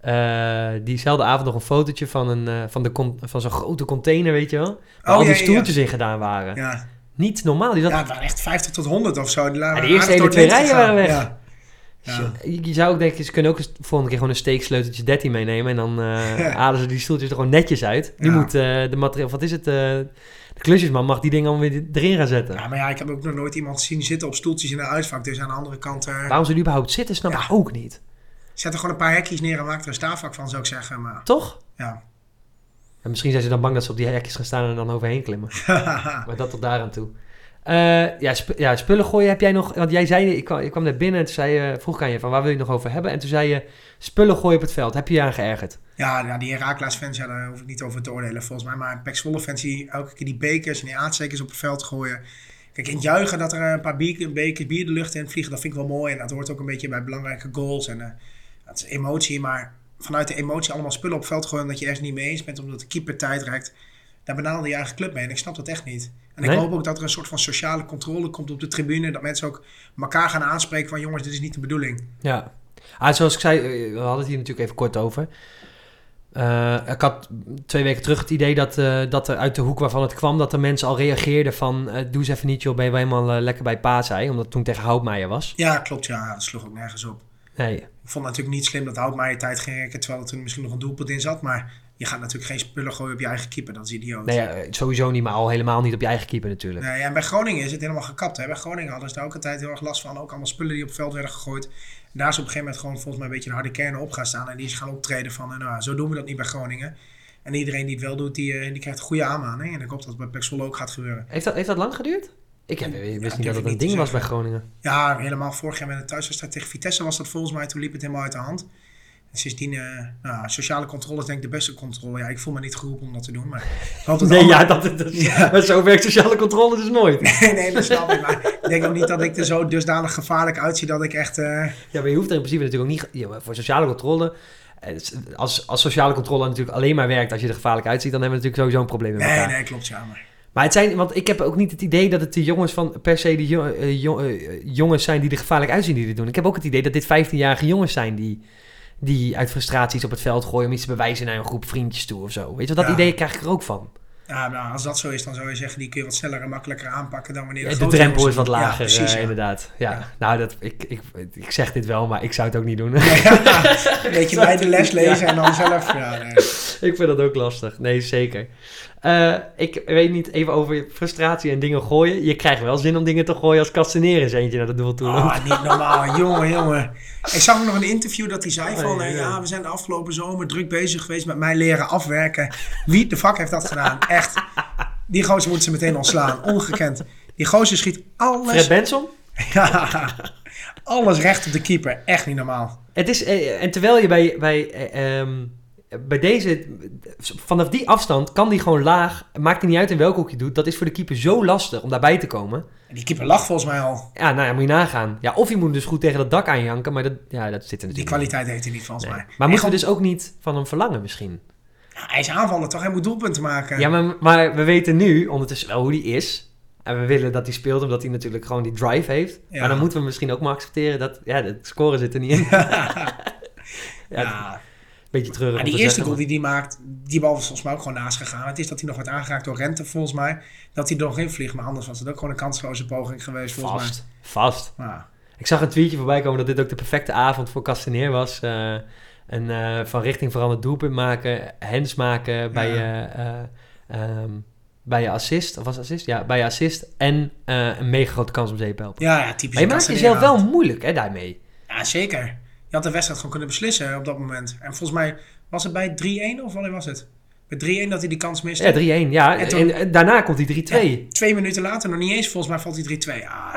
A: eh, diezelfde avond nog een fotootje van, een, eh, van, de con- van zo'n grote container, weet je wel? Waar
F: Oh,
A: al die
F: ja, ja, ja.
A: stoeltjes in gedaan waren.
F: Ja.
A: Niet normaal. Die zat
F: ja, het waren echt 50 tot 100 of zo. Die waren
A: de eerste
F: aardig door
A: hele twee
F: het lint
A: rijen waren
F: gegaan.
A: weg.
F: Ja. Ja.
A: Je, je zou ook denken, ze kunnen ook eens volgende keer gewoon een steeksleuteltje 13 meenemen. En dan eh, halen ze die stoeltjes er gewoon netjes uit. Nu
F: Ja.
A: moet eh, de materiaal, wat is het? eh, de klusjesman mag die dingen allemaal weer erin gaan zetten.
F: Ja, maar ja, ik heb ook nog nooit iemand zien zitten op stoeltjes in een uitvak. Dus aan de andere kant, eh,
A: Waarom ze er überhaupt zitten, snap
F: Ja.
A: ik ook niet.
F: zet er gewoon een paar hekjes neer en maak er een staafvak van, zou ik zeggen. Maar
A: Toch?
F: ja,
A: En misschien zijn ze dan bang dat ze op die hekjes gaan staan en dan overheen klimmen. maar dat tot daar aan toe. Eh, ja, sp- ja, spullen gooien heb jij nog... Want jij zei, ik kwam, ik kwam net binnen en toen zei, je- vroeg ik aan je van waar wil je het nog over hebben? En toen zei je, spullen gooien op het veld. Heb je je aan geërgerd?
F: Ja, ja die Herakles-fans, ja, daar hoef ik niet over te oordelen volgens mij. Maar Pax Zwolle-fans die elke keer die bekers en die aardstekers op het veld gooien. Kijk, in het juichen dat er eh, een paar bier, bekers bier de lucht in vliegen, dat vind ik wel mooi. En dat hoort ook een beetje bij belangrijke goals. En eh, dat is emotie, maar vanuit de emotie allemaal spullen op het veld gooien... omdat je ergens niet mee eens bent, omdat de keeper tijd reikt. Daar benaalde je eigen club mee en ik snap dat echt niet. En
A: Nee?
F: ik hoop ook dat er een soort van sociale controle komt op de tribune. Dat mensen ook elkaar gaan aanspreken van jongens, dit is niet de bedoeling.
A: Ja. Ah, zoals ik zei, eh, we hadden het hier natuurlijk even kort over. Eh, ik had twee weken terug het idee dat, eh, dat er uit de hoek waarvan het kwam... dat de mensen al reageerden van... eh, doe eens even niet, joh, ben je wel helemaal eh, lekker bij Paasei? Omdat het toen tegen Houtmeijer was.
F: Ja, klopt, ja, dat sloeg ook nergens op.
A: Nee,
F: Ik vond het natuurlijk niet slim dat Houtmaier tijd ging rekken, terwijl er toen misschien nog een doelpunt in zat. Maar je gaat natuurlijk geen spullen gooien op je eigen keeper, dat is idioot.
A: nee ja, eh, sowieso niet, maar al helemaal niet op je eigen keeper natuurlijk.
F: Nee, en bij Groningen is het helemaal gekapt. Hè? Bij Groningen hadden ze daar ook een tijd heel erg last van. Ook allemaal spullen die op het veld werden gegooid. En daar is op een gegeven moment gewoon volgens mij een beetje een harde kern op gaan staan. En die is gaan optreden van, eh, nou, ja, zo doen we dat niet bij Groningen. En iedereen die het wel doet, die, eh, die krijgt een goede aanmaning. En ik hoop dat het bij Pexol ook gaat gebeuren.
A: Heeft, dat, heeft dat lang geduurd? Ik heb, wist
F: durf
A: niet dat
F: ik
A: het
F: niet
A: een
F: te
A: ding was
F: zeggen.
A: bij Groningen.
F: Ja, helemaal vorig jaar met een thuiswedstrijd tegen Vitesse was dat volgens mij. Toen liep het helemaal uit de hand. En sindsdien, eh, nou, sociale controle is denk ik de beste controle. Ja, ik voel me niet geroepen om dat te doen, maar ik hoop dat
A: Nee,
F: allemaal-
A: ja, dat, dat,
F: Ja.
A: maar zo werkt sociale controle dus nooit.
F: Nee, nee, dat snap ik. Maar ik denk ook niet dat ik er zo dusdanig gevaarlijk uitzie dat ik echt... eh,
A: Ja, maar je hoeft er in principe natuurlijk ook niet... ja, maar voor sociale controle... eh, Als, als sociale controle natuurlijk alleen maar werkt als je er gevaarlijk uitziet... dan hebben we natuurlijk sowieso een probleem met elkaar.
F: nee, nee, klopt, ja. Maar,
A: Maar het zijn... Want ik heb ook niet het idee dat het de jongens van... per se de jo- eh, jo- eh, jongens zijn die er gevaarlijk uitzien die dit doen. Ik heb ook het idee dat dit 15-jarige jongens zijn die... die uit frustraties op het veld gooien... om iets te bewijzen naar een groep vriendjes toe of zo. Weet je wel, dat
F: Ja.
A: idee krijg ik er ook van.
F: ja, maar als dat zo is, dan zou je zeggen... die kun je wat sneller en makkelijker aanpakken dan wanneer...
A: Ja, de
F: grote
A: drempel is
F: jongens
A: wat
F: het doen.
A: lager,
F: Ja, precies,
A: eh,
F: ja.
A: inderdaad. Ja.
F: Ja.
A: Nou, dat, ik, ik, ik zeg dit wel, maar ik zou het ook niet doen.
F: Een beetje bij de les lezen en dan zelf... Ja, nee.
A: ik vind dat ook lastig. Nee, zeker. Eh, Eh, ik weet niet, even over frustratie en dingen gooien. Je krijgt wel zin om dingen te gooien als Castaneer eentje naar het doel toe loopt.
F: Ah, niet normaal. jongen, jongen. Ik zag nog een interview dat hij zei van...
A: Ai,
F: eh,
A: ai, ai.
F: ja, we zijn de afgelopen zomer druk bezig geweest met mij leren afwerken. Wie de fuck heeft dat gedaan? Echt. Die gozer moet ze meteen ontslaan. Ongekend. Die gozer schiet
A: Fred
F: alles...
A: Benson?
F: Ja, alles recht op de keeper. Echt niet normaal.
A: Het is, eh, en terwijl je bij, bij, eh, ehm, bij deze, vanaf die afstand kan die gewoon laag, maakt het niet uit in welk hoek je doet. Dat is voor de keeper zo lastig om daarbij te komen.
F: Die keeper lag volgens mij al.
A: Ja, nou ja, moet je nagaan. Ja, of je moet dus goed tegen dat dak aanjanken, maar dat, ja, dat zit er natuurlijk
F: Die
A: niet.
F: kwaliteit heeft hij niet volgens mij.
A: Maar
F: Hij
A: moeten we dus ook niet van hem verlangen misschien?
F: gewoon- Hij is aanvaller toch? Hij moet doelpunten maken.
A: Ja, maar, maar we weten nu ondertussen wel hoe die is. En we willen dat hij speelt, omdat hij natuurlijk gewoon die drive heeft.
F: Ja.
A: Maar dan moeten we misschien ook maar accepteren dat... Ja, het scoren zit er niet in. ja,
F: Ja.
A: een beetje treurig
F: Maar
A: om
F: die
A: te
F: eerste
A: zeggen,
F: goal die hij maakt, die bal was volgens mij ook gewoon naast gegaan. Het is dat hij nog werd aangeraakt door Rente, volgens mij. Dat hij er nog in vliegt, maar anders was het ook gewoon een kansloze poging geweest,
A: maar
F: volgens
A: Vast, vast.
F: mij. Maar,
A: Ik zag een tweetje voorbij komen dat dit ook de perfecte avond voor Castaneer was. Eh, een eh, van richting veranderd doelpunt maken, hands maken bij, je, eh, ehm, bij je assist. Of was het assist? Ja, bij je assist. En eh, een mega grote kans om zeep helpen.
F: ja, ja, typisch.
A: maar je maakt jezelf wel moeilijk hè, daarmee.
F: Ja, zeker. Je had de wedstrijd gewoon kunnen beslissen op dat moment. En volgens mij was het bij 3-1 of wanneer was het? Bij 3-1 dat hij die kans miste.
A: Ja, 3-1. Ja, en,
F: En toen-
A: en daarna komt die 3-2.
F: Ja, twee minuten later, nog niet eens, volgens mij valt hij 3-2. Ah,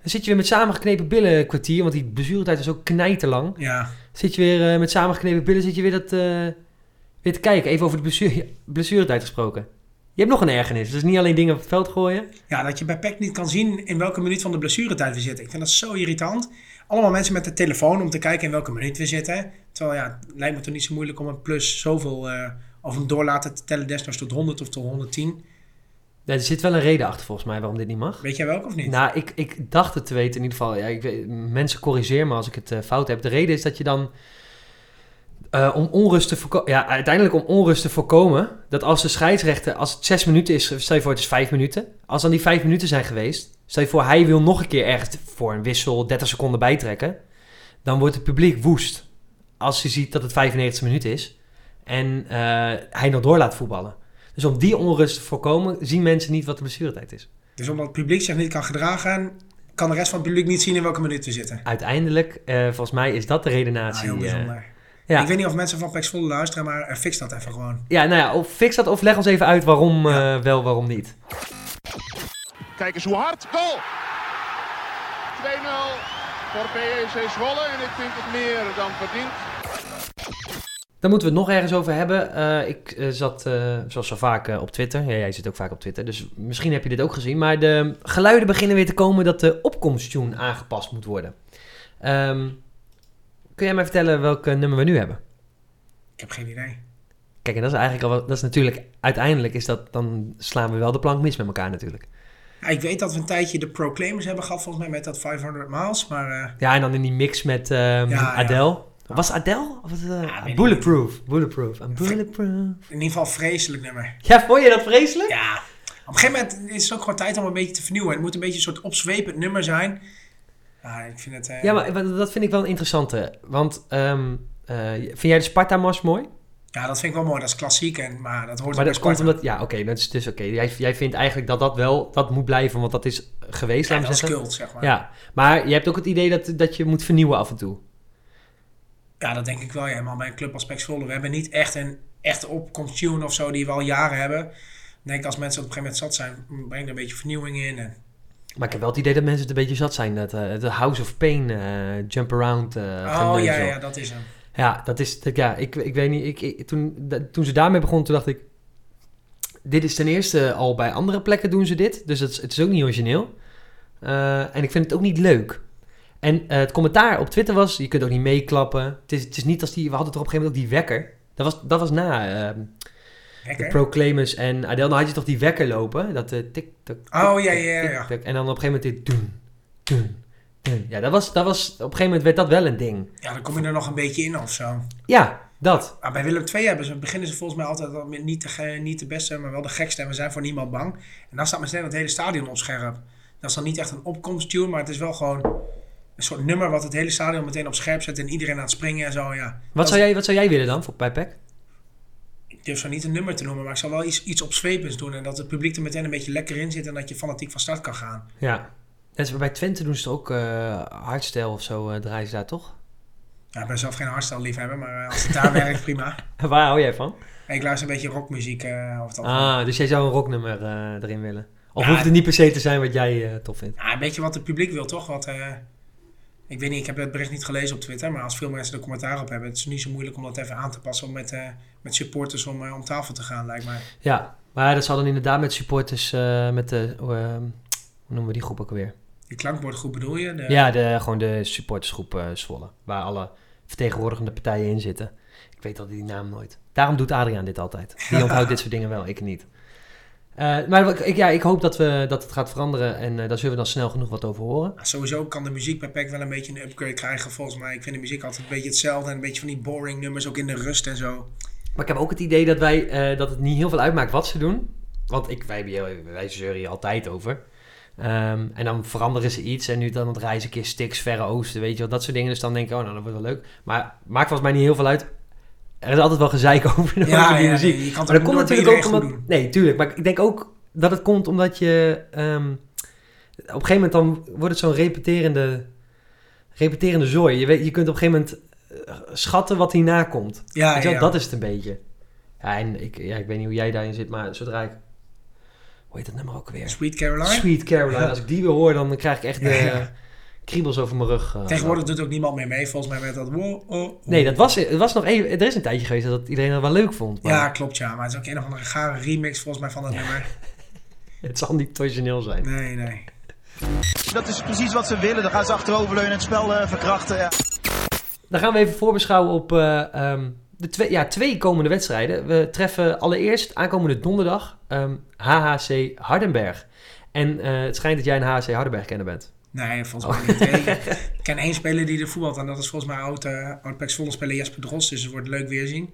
A: Dan zit je weer met samengeknepen billen een kwartier, want die blessuretijd was ook knijterlang.
F: ja.
A: Zit je weer eh, met samengeknepen billen, zit je weer dat... eh, weer te kijken, even over de blessure, blessuretijd gesproken. Je hebt nog een ergernis, dus niet alleen dingen op het veld gooien.
F: Ja, dat je bij PEC niet kan zien in welke minuut van de blessuretijd we zitten. Ik vind dat zo irritant. Allemaal mensen met de telefoon om te kijken in welke minuut we zitten. Terwijl ja, het lijkt me toch niet zo moeilijk om een plus zoveel... eh, of hem door laten te tellen desnoods tot 100 of tot 110.
A: Ja, er zit wel een reden achter volgens mij waarom dit niet mag.
F: Weet jij welke of niet?
A: Nou, ik, ik dacht het te weten in ieder geval. Ja, ik, weet- mensen corrigeer me als ik het eh, fout heb. De reden is dat je dan eh, om onrust te voorkomen... Ja, uiteindelijk om onrust te voorkomen... dat als de scheidsrechter, als het zes minuten is... stel je voor het is vijf minuten... als dan die vijf minuten zijn geweest... stel je voor hij wil nog een keer ergens voor een wissel 30 seconden bijtrekken... dan wordt het publiek woest als je ziet dat het 95 minuut is... en eh, hij nog door laat voetballen. Dus om die onrust te voorkomen... zien mensen niet wat de blessuretijd is.
F: Dus omdat het publiek zich niet kan gedragen... kan de rest van het publiek niet zien in welke minuut we zitten.
A: Uiteindelijk, eh, volgens mij is dat de
F: Ah,
A: redenatie.
F: heel
A: eh,
F: bijzonder.
A: ja.
F: Ik weet niet of mensen van E PEC Zwolle luisteren, maar eh, fix dat even gewoon.
A: ja, nou ja, of fix dat of leg ons even uit waarom eh, wel, waarom niet.
B: Kijk eens hoe hard. Goal! 2-0 voor PSC Zwolle. En ik vind het meer dan verdiend.
A: Daar moeten we het nog ergens over hebben. Eh, ik eh, zat, eh, zoals zo vaak, eh, op Twitter. Ja, jij zit ook vaak op Twitter, dus misschien heb je dit ook gezien. Maar de geluiden beginnen weer te komen dat de opkomsttune aangepast moet worden. Ehm, kun jij mij vertellen welk eh, nummer we nu hebben?
F: Ik heb geen idee.
A: Kijk, en dat is eigenlijk al wel, dat is natuurlijk, uiteindelijk is dat, dan slaan we wel de plank mis met elkaar natuurlijk.
F: Ja, ik weet dat we een tijdje de Proclaimers hebben gehad, volgens mij met dat 500 miles. Maar eh,
A: Ja, en dan in die mix met ehm
F: ja.
A: Adele. Was het Adele? Of was het, eh,
F: weet ik
A: bulletproof. Bulletproof. I'm bulletproof.
F: in ieder geval vreselijk nummer.
A: Ja, vond je dat vreselijk?
F: Ja, op een gegeven moment is het ook gewoon tijd om een beetje te vernieuwen. Het moet een beetje een soort opzwepend nummer zijn. Ja, ik vind het... eh,
A: Ja, maar wa- dat vind ik wel een interessante. Want ehm, eh, vind jij de Sparta-mars mooi?
F: ja, dat vind ik wel mooi. Dat is klassiek, en, maar dat hoort
A: Maar
F: ook
A: dat
F: bij
A: komt
F: Sparta.
A: omdat... Ja, oké, dat is dus oké. Jij, jij vindt eigenlijk dat dat wel... Dat moet blijven, want dat is geweest,
F: Ja,
A: laten
F: dat
A: we
F: is
A: zeggen.
F: cult, zeg maar. Ja.
A: Ja, maar je hebt ook het idee dat, dat je moet vernieuwen af en toe.
F: dat denk ik wel. Ja, maar bij een club als Pek Zwolle, we hebben niet echt een echte opkomst tune of zo die we al jaren hebben. Ik denk als mensen op een gegeven moment zat zijn, breng er een beetje vernieuwing in. En,
A: Maar ik heb wel het idee dat mensen het een beetje zat zijn. Dat, eh, de House of Pain, eh, Jump Around. eh
F: oh
A: geneuzel.
F: ja, ja, dat is hem.
A: Ja, dat is. dat- ja, ik, ik weet niet. Ik, ik- toen, da- toen ze daarmee begon, toen dacht ik. Dit is ten eerste al bij andere plekken doen ze dit. Dus het, is- het is ook niet origineel. Eh, en ik vind het ook niet leuk. En eh, het commentaar op Twitter was: je kunt ook niet meeklappen. Het is, het is niet als die. We hadden toch op een gegeven moment ook die wekker. Dat was, dat was na ehm, de
F: Lekker.
A: Proclaimers en Adele. Dan had je toch die wekker lopen. Dat eh, tik, tak,
F: Oh ja, ja, ja. ja.
A: tik, tak. En dan op een gegeven moment dit doen, doen, doen. Ja, dat was, dat was. Op een gegeven moment werd dat wel een ding.
F: Ja, dan kom je er nog een beetje in of zo.
A: Ja, dat.
F: Maar Ah, bij Willem II hebben ze, beginnen ze volgens mij altijd al met niet de, ge- niet de beste, maar wel de gekste. En we zijn voor niemand bang. En dan staat meteen het hele stadion op scherp. Dat is dan niet echt een opkomsttune, maar het is wel gewoon een soort nummer wat het hele stadion meteen op scherp zet. En iedereen aan het springen en zo, ja.
A: E Wat zou, jij, wat zou jij willen dan voor bij PEC?
F: jij... durf zo niet een nummer te noemen, maar ik zal wel iets, iets opzwepends doen. En dat het publiek er meteen een beetje lekker in zit en dat je fanatiek van start kan gaan.
A: Ja. En ze- bij Twente doen ze er ook eh hardstyle of zo, eh, draaien ze daar toch?
F: Ja, ik ben zelf geen hardstyle liefhebber, maar eh, als het daar werkt, prima.
A: En Waar hou jij van?
F: En ik luister een beetje rockmuziek eh of het algemeen.
A: Ah, dus jij zou een rocknummer eh, erin willen. Of
F: Ja.
A: hoeft het niet per se te zijn wat jij eh, tof vindt.
F: Ja, een beetje wat het publiek wil, toch? Wat, eh, ik weet niet, ik heb het bericht niet gelezen op Twitter, maar als veel mensen er commentaar op hebben, het is niet zo moeilijk om dat even aan te passen om met, eh, met supporters om, eh, om tafel te gaan, lijkt mij.
A: Ja, maar dat zal dan inderdaad met supporters, eh, met de, hoe, eh, hoe noemen we die groep ook alweer?
F: Die klankbordgroep bedoel je? De-
A: Ja, de, gewoon de supportersgroep eh, Zwolle. Waar alle vertegenwoordigende partijen in zitten. Ik weet al die naam nooit. Daarom doet Adriaan dit altijd. Die onthoudt dit soort dingen wel, ik niet. Eh, maar ik- ik, ja, ik hoop dat, we, dat het gaat veranderen en eh, daar zullen we dan snel genoeg wat over horen.
F: Ah, Sowieso kan de muziek bij PEC wel een beetje een upgrade krijgen, volgens mij. Ik vind de muziek altijd een beetje hetzelfde en een beetje van die boring nummers, ook in de rust en zo.
A: Maar ik heb ook het idee dat, wij, eh, dat het niet heel veel uitmaakt wat ze doen. Want ik, wij, hebben heel- wij zeuren hier altijd over. Ehm, en dan veranderen ze iets. En nu dan het reizen een keer Stix, Verre Oosten, weet je wel. Dat soort dingen. Dus dan denk ik, oh nou, dat wordt wel leuk. Maar maakt volgens mij niet heel veel uit. Er is altijd wel gezeik over, de over die muziek.
F: je kan het
A: Maar dat komt
F: nooit bij
A: natuurlijk ook
F: iedereen goed
A: omdat...
F: doen.
A: Nee, tuurlijk. Maar ik denk ook dat het komt omdat je... ehm, op een gegeven moment dan wordt het zo'n repeterende, repeterende zooi. Je, weet, je kunt op een gegeven moment eh, schatten wat hierna komt.
F: Ja,
A: Weet je wel,
F: ja, Ah, ja.
A: Dat is het een beetje. Ja, en ik, ja, ik weet niet hoe jij daarin zit, maar zodra ik... Hoe heet dat nummer ook weer?
F: Sweet Caroline.
A: Sweet Caroline.
F: Ja.
A: Als ik die weer hoor, dan krijg ik echt de
F: Ja, ja.
A: kriebels over mijn rug. eh,
F: Tegenwoordig doet ook niemand meer mee, volgens mij werd dat wow, oh, oh.
A: Nee, dat was, het was nog even, er is een tijdje geweest dat iedereen dat wel leuk vond. Maar
F: Ja, klopt ja, maar het is ook een of andere gare remix volgens mij van dat nummer.
A: het zal niet traditioneel zijn.
F: Nee, nee.
G: Dat is precies wat ze willen. Dan gaan ze achteroverleunen en het spel eh, verkrachten. Ja.
A: Dan gaan we even voorbeschouwen op eh, ehm, de twee, ja, twee komende wedstrijden. We treffen allereerst aankomende donderdag ehm, HHC Hardenberg. En eh, het schijnt dat jij een HHC Hardenberg kenner bent.
F: Nee, volgens
A: Oh.
F: mij niet. Nee, ik ken één speler die er voetbalt en dat is volgens mij oud, eh oud Pax Volle speler Jesper Drost. Dus het wordt leuk weerzien.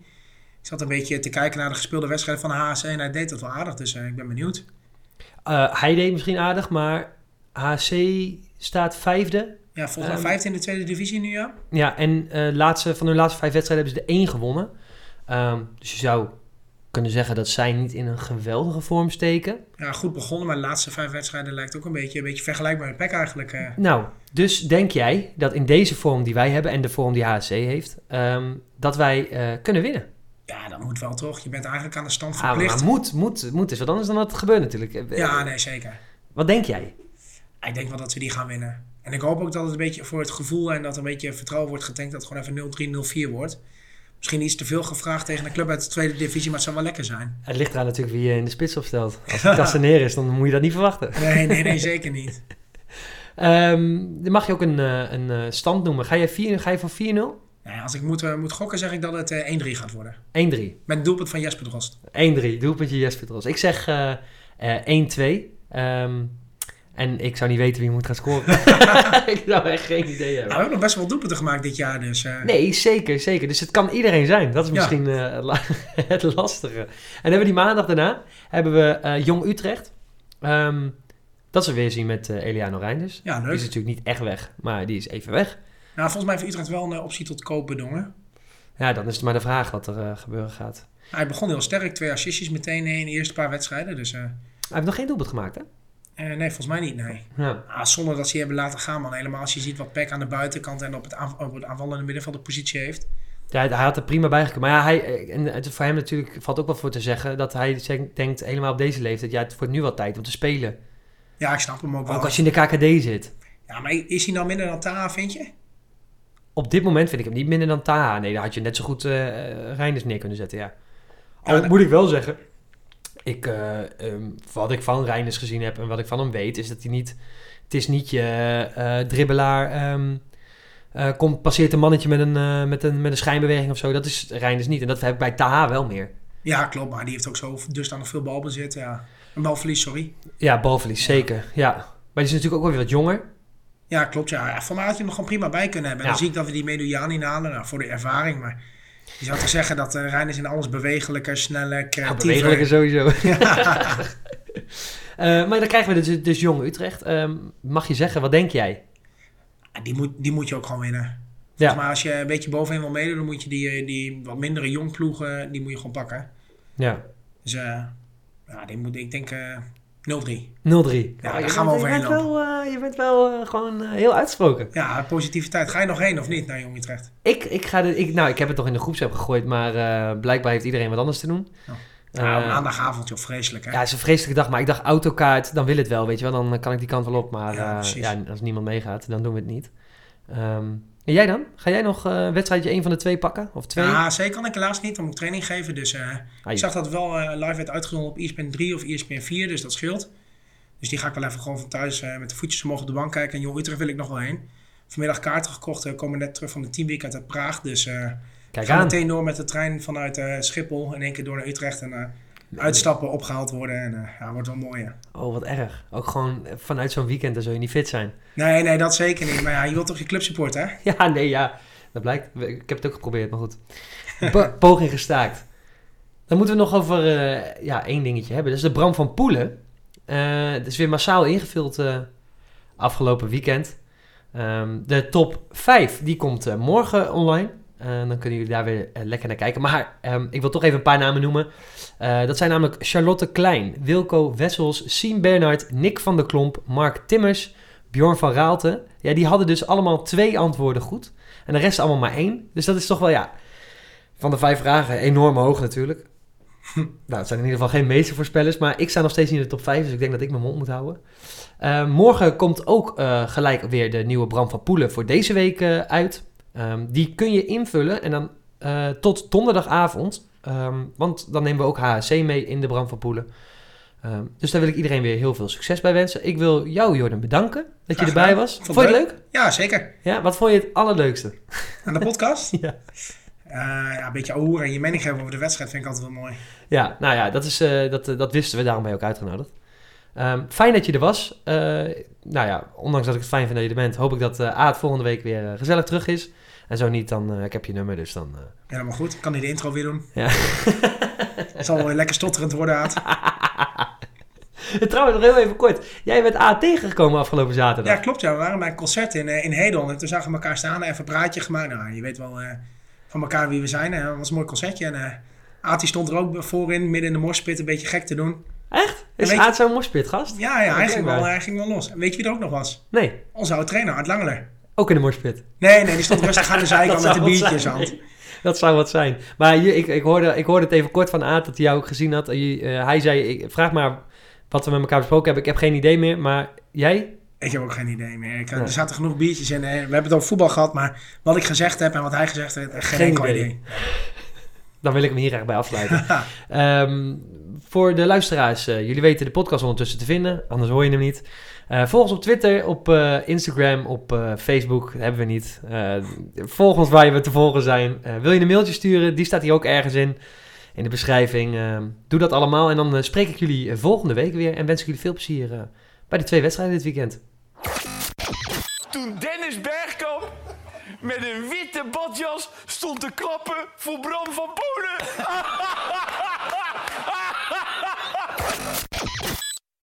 F: Ik zat een beetje te kijken naar de gespeelde wedstrijd van de HSC en hij deed dat wel aardig. Dus eh, ik ben benieuwd.
A: Eh, hij deed misschien aardig, maar HHC staat vijfde.
F: Ja, volgens mij
A: Ehm,
F: vijfde in de tweede divisie nu ja.
A: Ja, en eh, laatste, van hun laatste vijf wedstrijden hebben ze de één gewonnen. Ehm, dus je zou kunnen zeggen dat zij niet in een geweldige vorm steken.
F: Ja, goed begonnen, maar de laatste vijf wedstrijden lijkt ook een beetje, een beetje vergelijkbaar met PEC eigenlijk. eh.
A: Nou, dus denk jij dat in deze vorm die wij hebben en de vorm die HSC heeft, ehm, dat wij eh, kunnen winnen?
F: Ja, dat moet wel toch? Je bent eigenlijk aan de stand
A: Ah, maar
F: verplicht.
A: moet, moet, moet is wat anders dan wat gebeurt natuurlijk. Eh,
F: Ja, nee, zeker.
A: Wat denk jij?
F: Ik denk wel dat we die gaan winnen. En ik hoop ook dat het een beetje voor het gevoel en dat een beetje vertrouwen wordt getankt dat het gewoon even 0-3, 0-4 wordt. Misschien iets te veel gevraagd tegen een club uit de tweede divisie, maar het zou wel lekker zijn.
A: Het ligt eraan natuurlijk wie je in de spits opstelt. Als het Castaneer is, dan moet je dat niet verwachten.
F: Nee, nee, nee, zeker niet.
A: Ehm, dan mag je ook een, eh, een eh, stand noemen. Ga je, vier, ga je voor 4-0?
F: Nou ja, als ik moet, eh, moet gokken, zeg ik dat het eh, 1-3 gaat worden.
A: 1-3.
F: Met een doelpunt van Jesper Drost.
A: 1-3. Doelpuntje Jesper Drost. Ik zeg eh, eh, 1-2. Ehm, en ik zou niet weten wie moet gaan scoren. ik zou echt geen idee
F: Nou, we
A: hebben.
F: hebben nog best wel doelpunten gemaakt dit jaar, dus... eh,
A: Nee, zeker, zeker. Dus het kan iedereen zijn. Dat is
F: Ja.
A: misschien eh, het la- het lastige. En dan hebben we die maandag daarna hebben we eh, Jong Utrecht. Ehm, dat is weer zien met eh, Eliano Reinders.
F: Ja,
A: Die is
F: leuk.
A: natuurlijk niet echt weg, maar die is even weg.
F: Nou, volgens mij heeft Utrecht wel een eh, optie tot koop bedongen.
A: Ja, dan is het maar de vraag wat er eh, gebeuren gaat.
F: Hij begon heel sterk, twee assistjes meteen in de eerste paar wedstrijden, dus... eh, eh,
A: Hij heeft nog geen doelpunt gemaakt, hè?
F: nee, volgens mij niet, nee.
A: Ja.
F: Ah, zonder dat ze die hebben laten gaan, man. Helemaal als je ziet wat Peck aan de buitenkant en op het, aanv- op het aanvallende middenveld de positie heeft.
A: Ja, hij had er prima bij gekomen. Maar ja, hij, eh, en het, voor hem natuurlijk valt ook wel voor te zeggen... dat hij zeg- denkt, helemaal op deze leeftijd... ja, het wordt nu wel tijd om te spelen.
F: Ja, ik snap hem ook wel.
A: Ook als je in de KKD zit.
F: Ja, maar is hij nou minder dan Taha, vind je?
A: Op dit moment vind ik hem niet minder dan Taha. Nee, daar had je net zo goed eh Reinders neer kunnen zetten, ja. Al
F: Ja, dat-
A: moet ik wel zeggen... Ik, eh, ehm, wat ik van Reinders gezien heb en wat ik van hem weet... is dat hij niet... Het is niet je eh, dribbelaar... ehm, eh, komt, passeert een mannetje met een, eh, met, een, met een schijnbeweging of zo. Dat is Reinders niet. En dat heb ik bij Taha wel meer.
F: Ja, klopt. Maar die heeft ook zo dusdanig veel balbezit. Ja. Een balverlies, sorry.
A: Ja, balverlies, zeker. Ja. Maar die is natuurlijk ook wel weer wat jonger.
F: Ja, klopt. Ja. Ja, voor mij had je hem er gewoon prima bij kunnen hebben. En
A: Ja.
F: Dan zie ik dat we die Medujan inhalen. Nou, voor de ervaring. Maar je zou toch zeggen dat eh Rijn is in alles bewegelijker, sneller,
A: Ja,
F: creatiever.
A: bewegelijker sowieso. Eh, maar dan krijgen we dus, dus jong Utrecht. Ehm, mag je zeggen, wat denk jij?
F: Ja, die, moet, die moet je ook gewoon winnen.
A: Ja.
F: Maar als je een beetje bovenin wil meedoen, dan moet je die, eh, die wat mindere jong ploegen, die moet je gewoon pakken.
A: Ja.
F: Dus eh, ja, die moet, ik denk eh 0-3.
A: 0-3.
F: daar
A: Oh, je
F: gaan we
A: bent- Je
F: overheen
A: bent wel, eh, je bent wel eh, gewoon eh, heel uitgesproken.
F: Ja, positiviteit. Ga je nog heen of niet naar Jong Utrecht?
A: Ik, ik, ga dit, ik, nou, ik heb het nog in de groepsapp gegooid, maar eh, blijkbaar heeft iedereen wat anders te doen.
F: Ja.
A: Eh,
F: Oh. Ja, op maandagavond, Nou, joh, vreselijk hè.
A: ja, het is een vreselijke dag, maar ik dacht autokaart, dan wil het wel, weet je wel. Dan eh, kan ik die kant wel op, maar
F: Ja,
A: eh,
F: precies.
A: ja, als niemand meegaat, dan doen we het niet. Ehm, en jij dan? Ga jij nog eh, wedstrijdje één van de twee pakken? Of twee? Ah,
F: Ja, zeker kan ik helaas niet. Dan moet ik training geven. Dus eh, ik zag dat het wel eh, live werd uitgezonden op ESPN 3 of ESPN 4. Dus dat scheelt. Dus die ga ik wel even gewoon van thuis eh, met de voetjes omhoog op de bank kijken. En Jong Utrecht wil ik nog wel heen. Vanmiddag kaarten gekocht. We komen net terug van de teamweekend uit Praag. Dus eh, ik
A: Kijk
F: ga
A: aan.
F: meteen door met de trein vanuit eh, Schiphol. In één keer door naar Utrecht. En eh, uitstappen, opgehaald worden. En eh, ja, wordt wel mooi. Hè.
A: Oh, wat erg. Ook gewoon eh, vanuit zo'n weekend, dan zul je niet fit zijn.
F: Nee, nee, dat zeker niet. Maar ja, je wilt toch je club supporten, hè?
A: Ja, nee, ja. Dat blijkt. We- Ik heb het ook geprobeerd, maar goed. Po- poging gestaakt. Dan moeten we nog over eh, ja, één dingetje hebben. Dat is de Bram van Poelen. Eh, Het is weer massaal ingevuld eh, afgelopen weekend. Ehm, de top 5, die komt eh, morgen online. Eh, dan kunnen jullie daar weer eh, lekker naar kijken. Maar ehm, ik wil toch even een paar namen noemen. Eh, dat zijn namelijk Charlotte Klein, Wilco Wessels, Sien Bernhard, Nick van der Klomp, Mark Timmers, Bjorn van Raalte. Ja, die hadden dus allemaal twee antwoorden goed. En de rest allemaal maar één. Dus dat is toch wel, ja, van de vijf vragen enorm hoog natuurlijk. nou, het zijn in ieder geval geen meestervoorspellers. Maar ik sta nog steeds niet in de top vijf, dus ik denk dat ik mijn mond moet houden. Eh, morgen komt ook eh, gelijk weer de nieuwe Bram van Poelen voor deze week eh, uit. Ehm, die kun je invullen en dan eh, tot donderdagavond. Ehm, want dan nemen we ook HSC mee in de Bram van Poelen. Ehm, dus daar wil ik iedereen weer heel veel succes bij wensen. Ik wil jou, Jordan, bedanken dat je
F: Graag
A: erbij
F: gedaan.
A: was. Vond,
F: Vond
A: je het
F: het
A: leuk?
F: Ja, zeker.
A: Ja, wat vond je het allerleukste?
F: Aan de podcast.
A: Ja.
F: Eh, ja, een beetje ouwe en je mening hebben over de wedstrijd vind ik altijd wel mooi.
A: Ja, nou ja, dat, is, eh, dat, eh, dat wisten we, daarom ben je ook uitgenodigd. Ehm, fijn dat je er was. Eh, nou ja, ondanks dat ik het fijn vind dat je er bent, hoop ik dat eh Aad volgende week weer eh, gezellig terug is. En zo niet, dan eh, ik heb je nummer, dus dan... eh,
F: Helemaal goed. Kan hij de intro weer doen?
A: Ja.
F: Het zal wel weer lekker stotterend worden, Aad.
A: Trouwens, nog heel even kort. Jij bent Aad tegengekomen afgelopen zaterdag.
F: Ja, klopt. Ja. We waren bij een concert in, eh, in Hedon en toen zagen we elkaar staan en even een praatje gemaakt. Nou, je weet wel eh, van elkaar wie we zijn. en dat was een mooi concertje. En eh Aad die stond er ook voorin, midden in de morspit, een beetje gek te doen.
A: Echt? Is
F: weet je-
A: Aad zo'n morspitgast?
F: Ja, ja hij,
A: Oké,
F: ging
A: maar-
F: wel, hij ging wel los. En weet je wie er ook nog was?
A: Nee,
F: Onze oude trainer, Art Langeler.
A: ook in de morspit.
F: Nee, nee, die stond rustig aan de zijkant met
A: zou
F: de
A: wat
F: biertjes
A: zijn.
F: aan.
A: Dat zou wat zijn. Maar hier, ik, ik, hoorde, ik hoorde het even kort van Aad dat hij jou ook gezien had. Je- eh, hij zei, ik, vraag maar wat we met elkaar besproken hebben. Ik heb geen idee meer, maar jij?
F: Ik heb ook geen idee meer. Ik,
A: Nee.
F: Er zaten genoeg biertjes in. eh, We hebben het over voetbal gehad, maar wat ik gezegd heb en wat hij gezegd heeft, eh, geen,
A: Geen
F: enkel
A: idee.
F: idee.
A: Dan wil ik hem hier echt bij afsluiten. Ehm, voor de luisteraars, eh, jullie weten de podcast ondertussen te vinden, anders hoor je hem niet. Eh, volg ons op Twitter, op eh, Instagram, op eh, Facebook, dat hebben we niet. Eh, volg ons waar we te volgen zijn. Eh, wil je een mailtje sturen, die staat hier ook ergens in, in de beschrijving. Ehm, doe dat allemaal en dan eh, spreek ik jullie eh, volgende week weer en wens ik jullie veel plezier eh, bij de twee wedstrijden dit weekend.
H: Toen Dennis Bergkamp met een witte badjas stond te klappen voor Bram van Polen.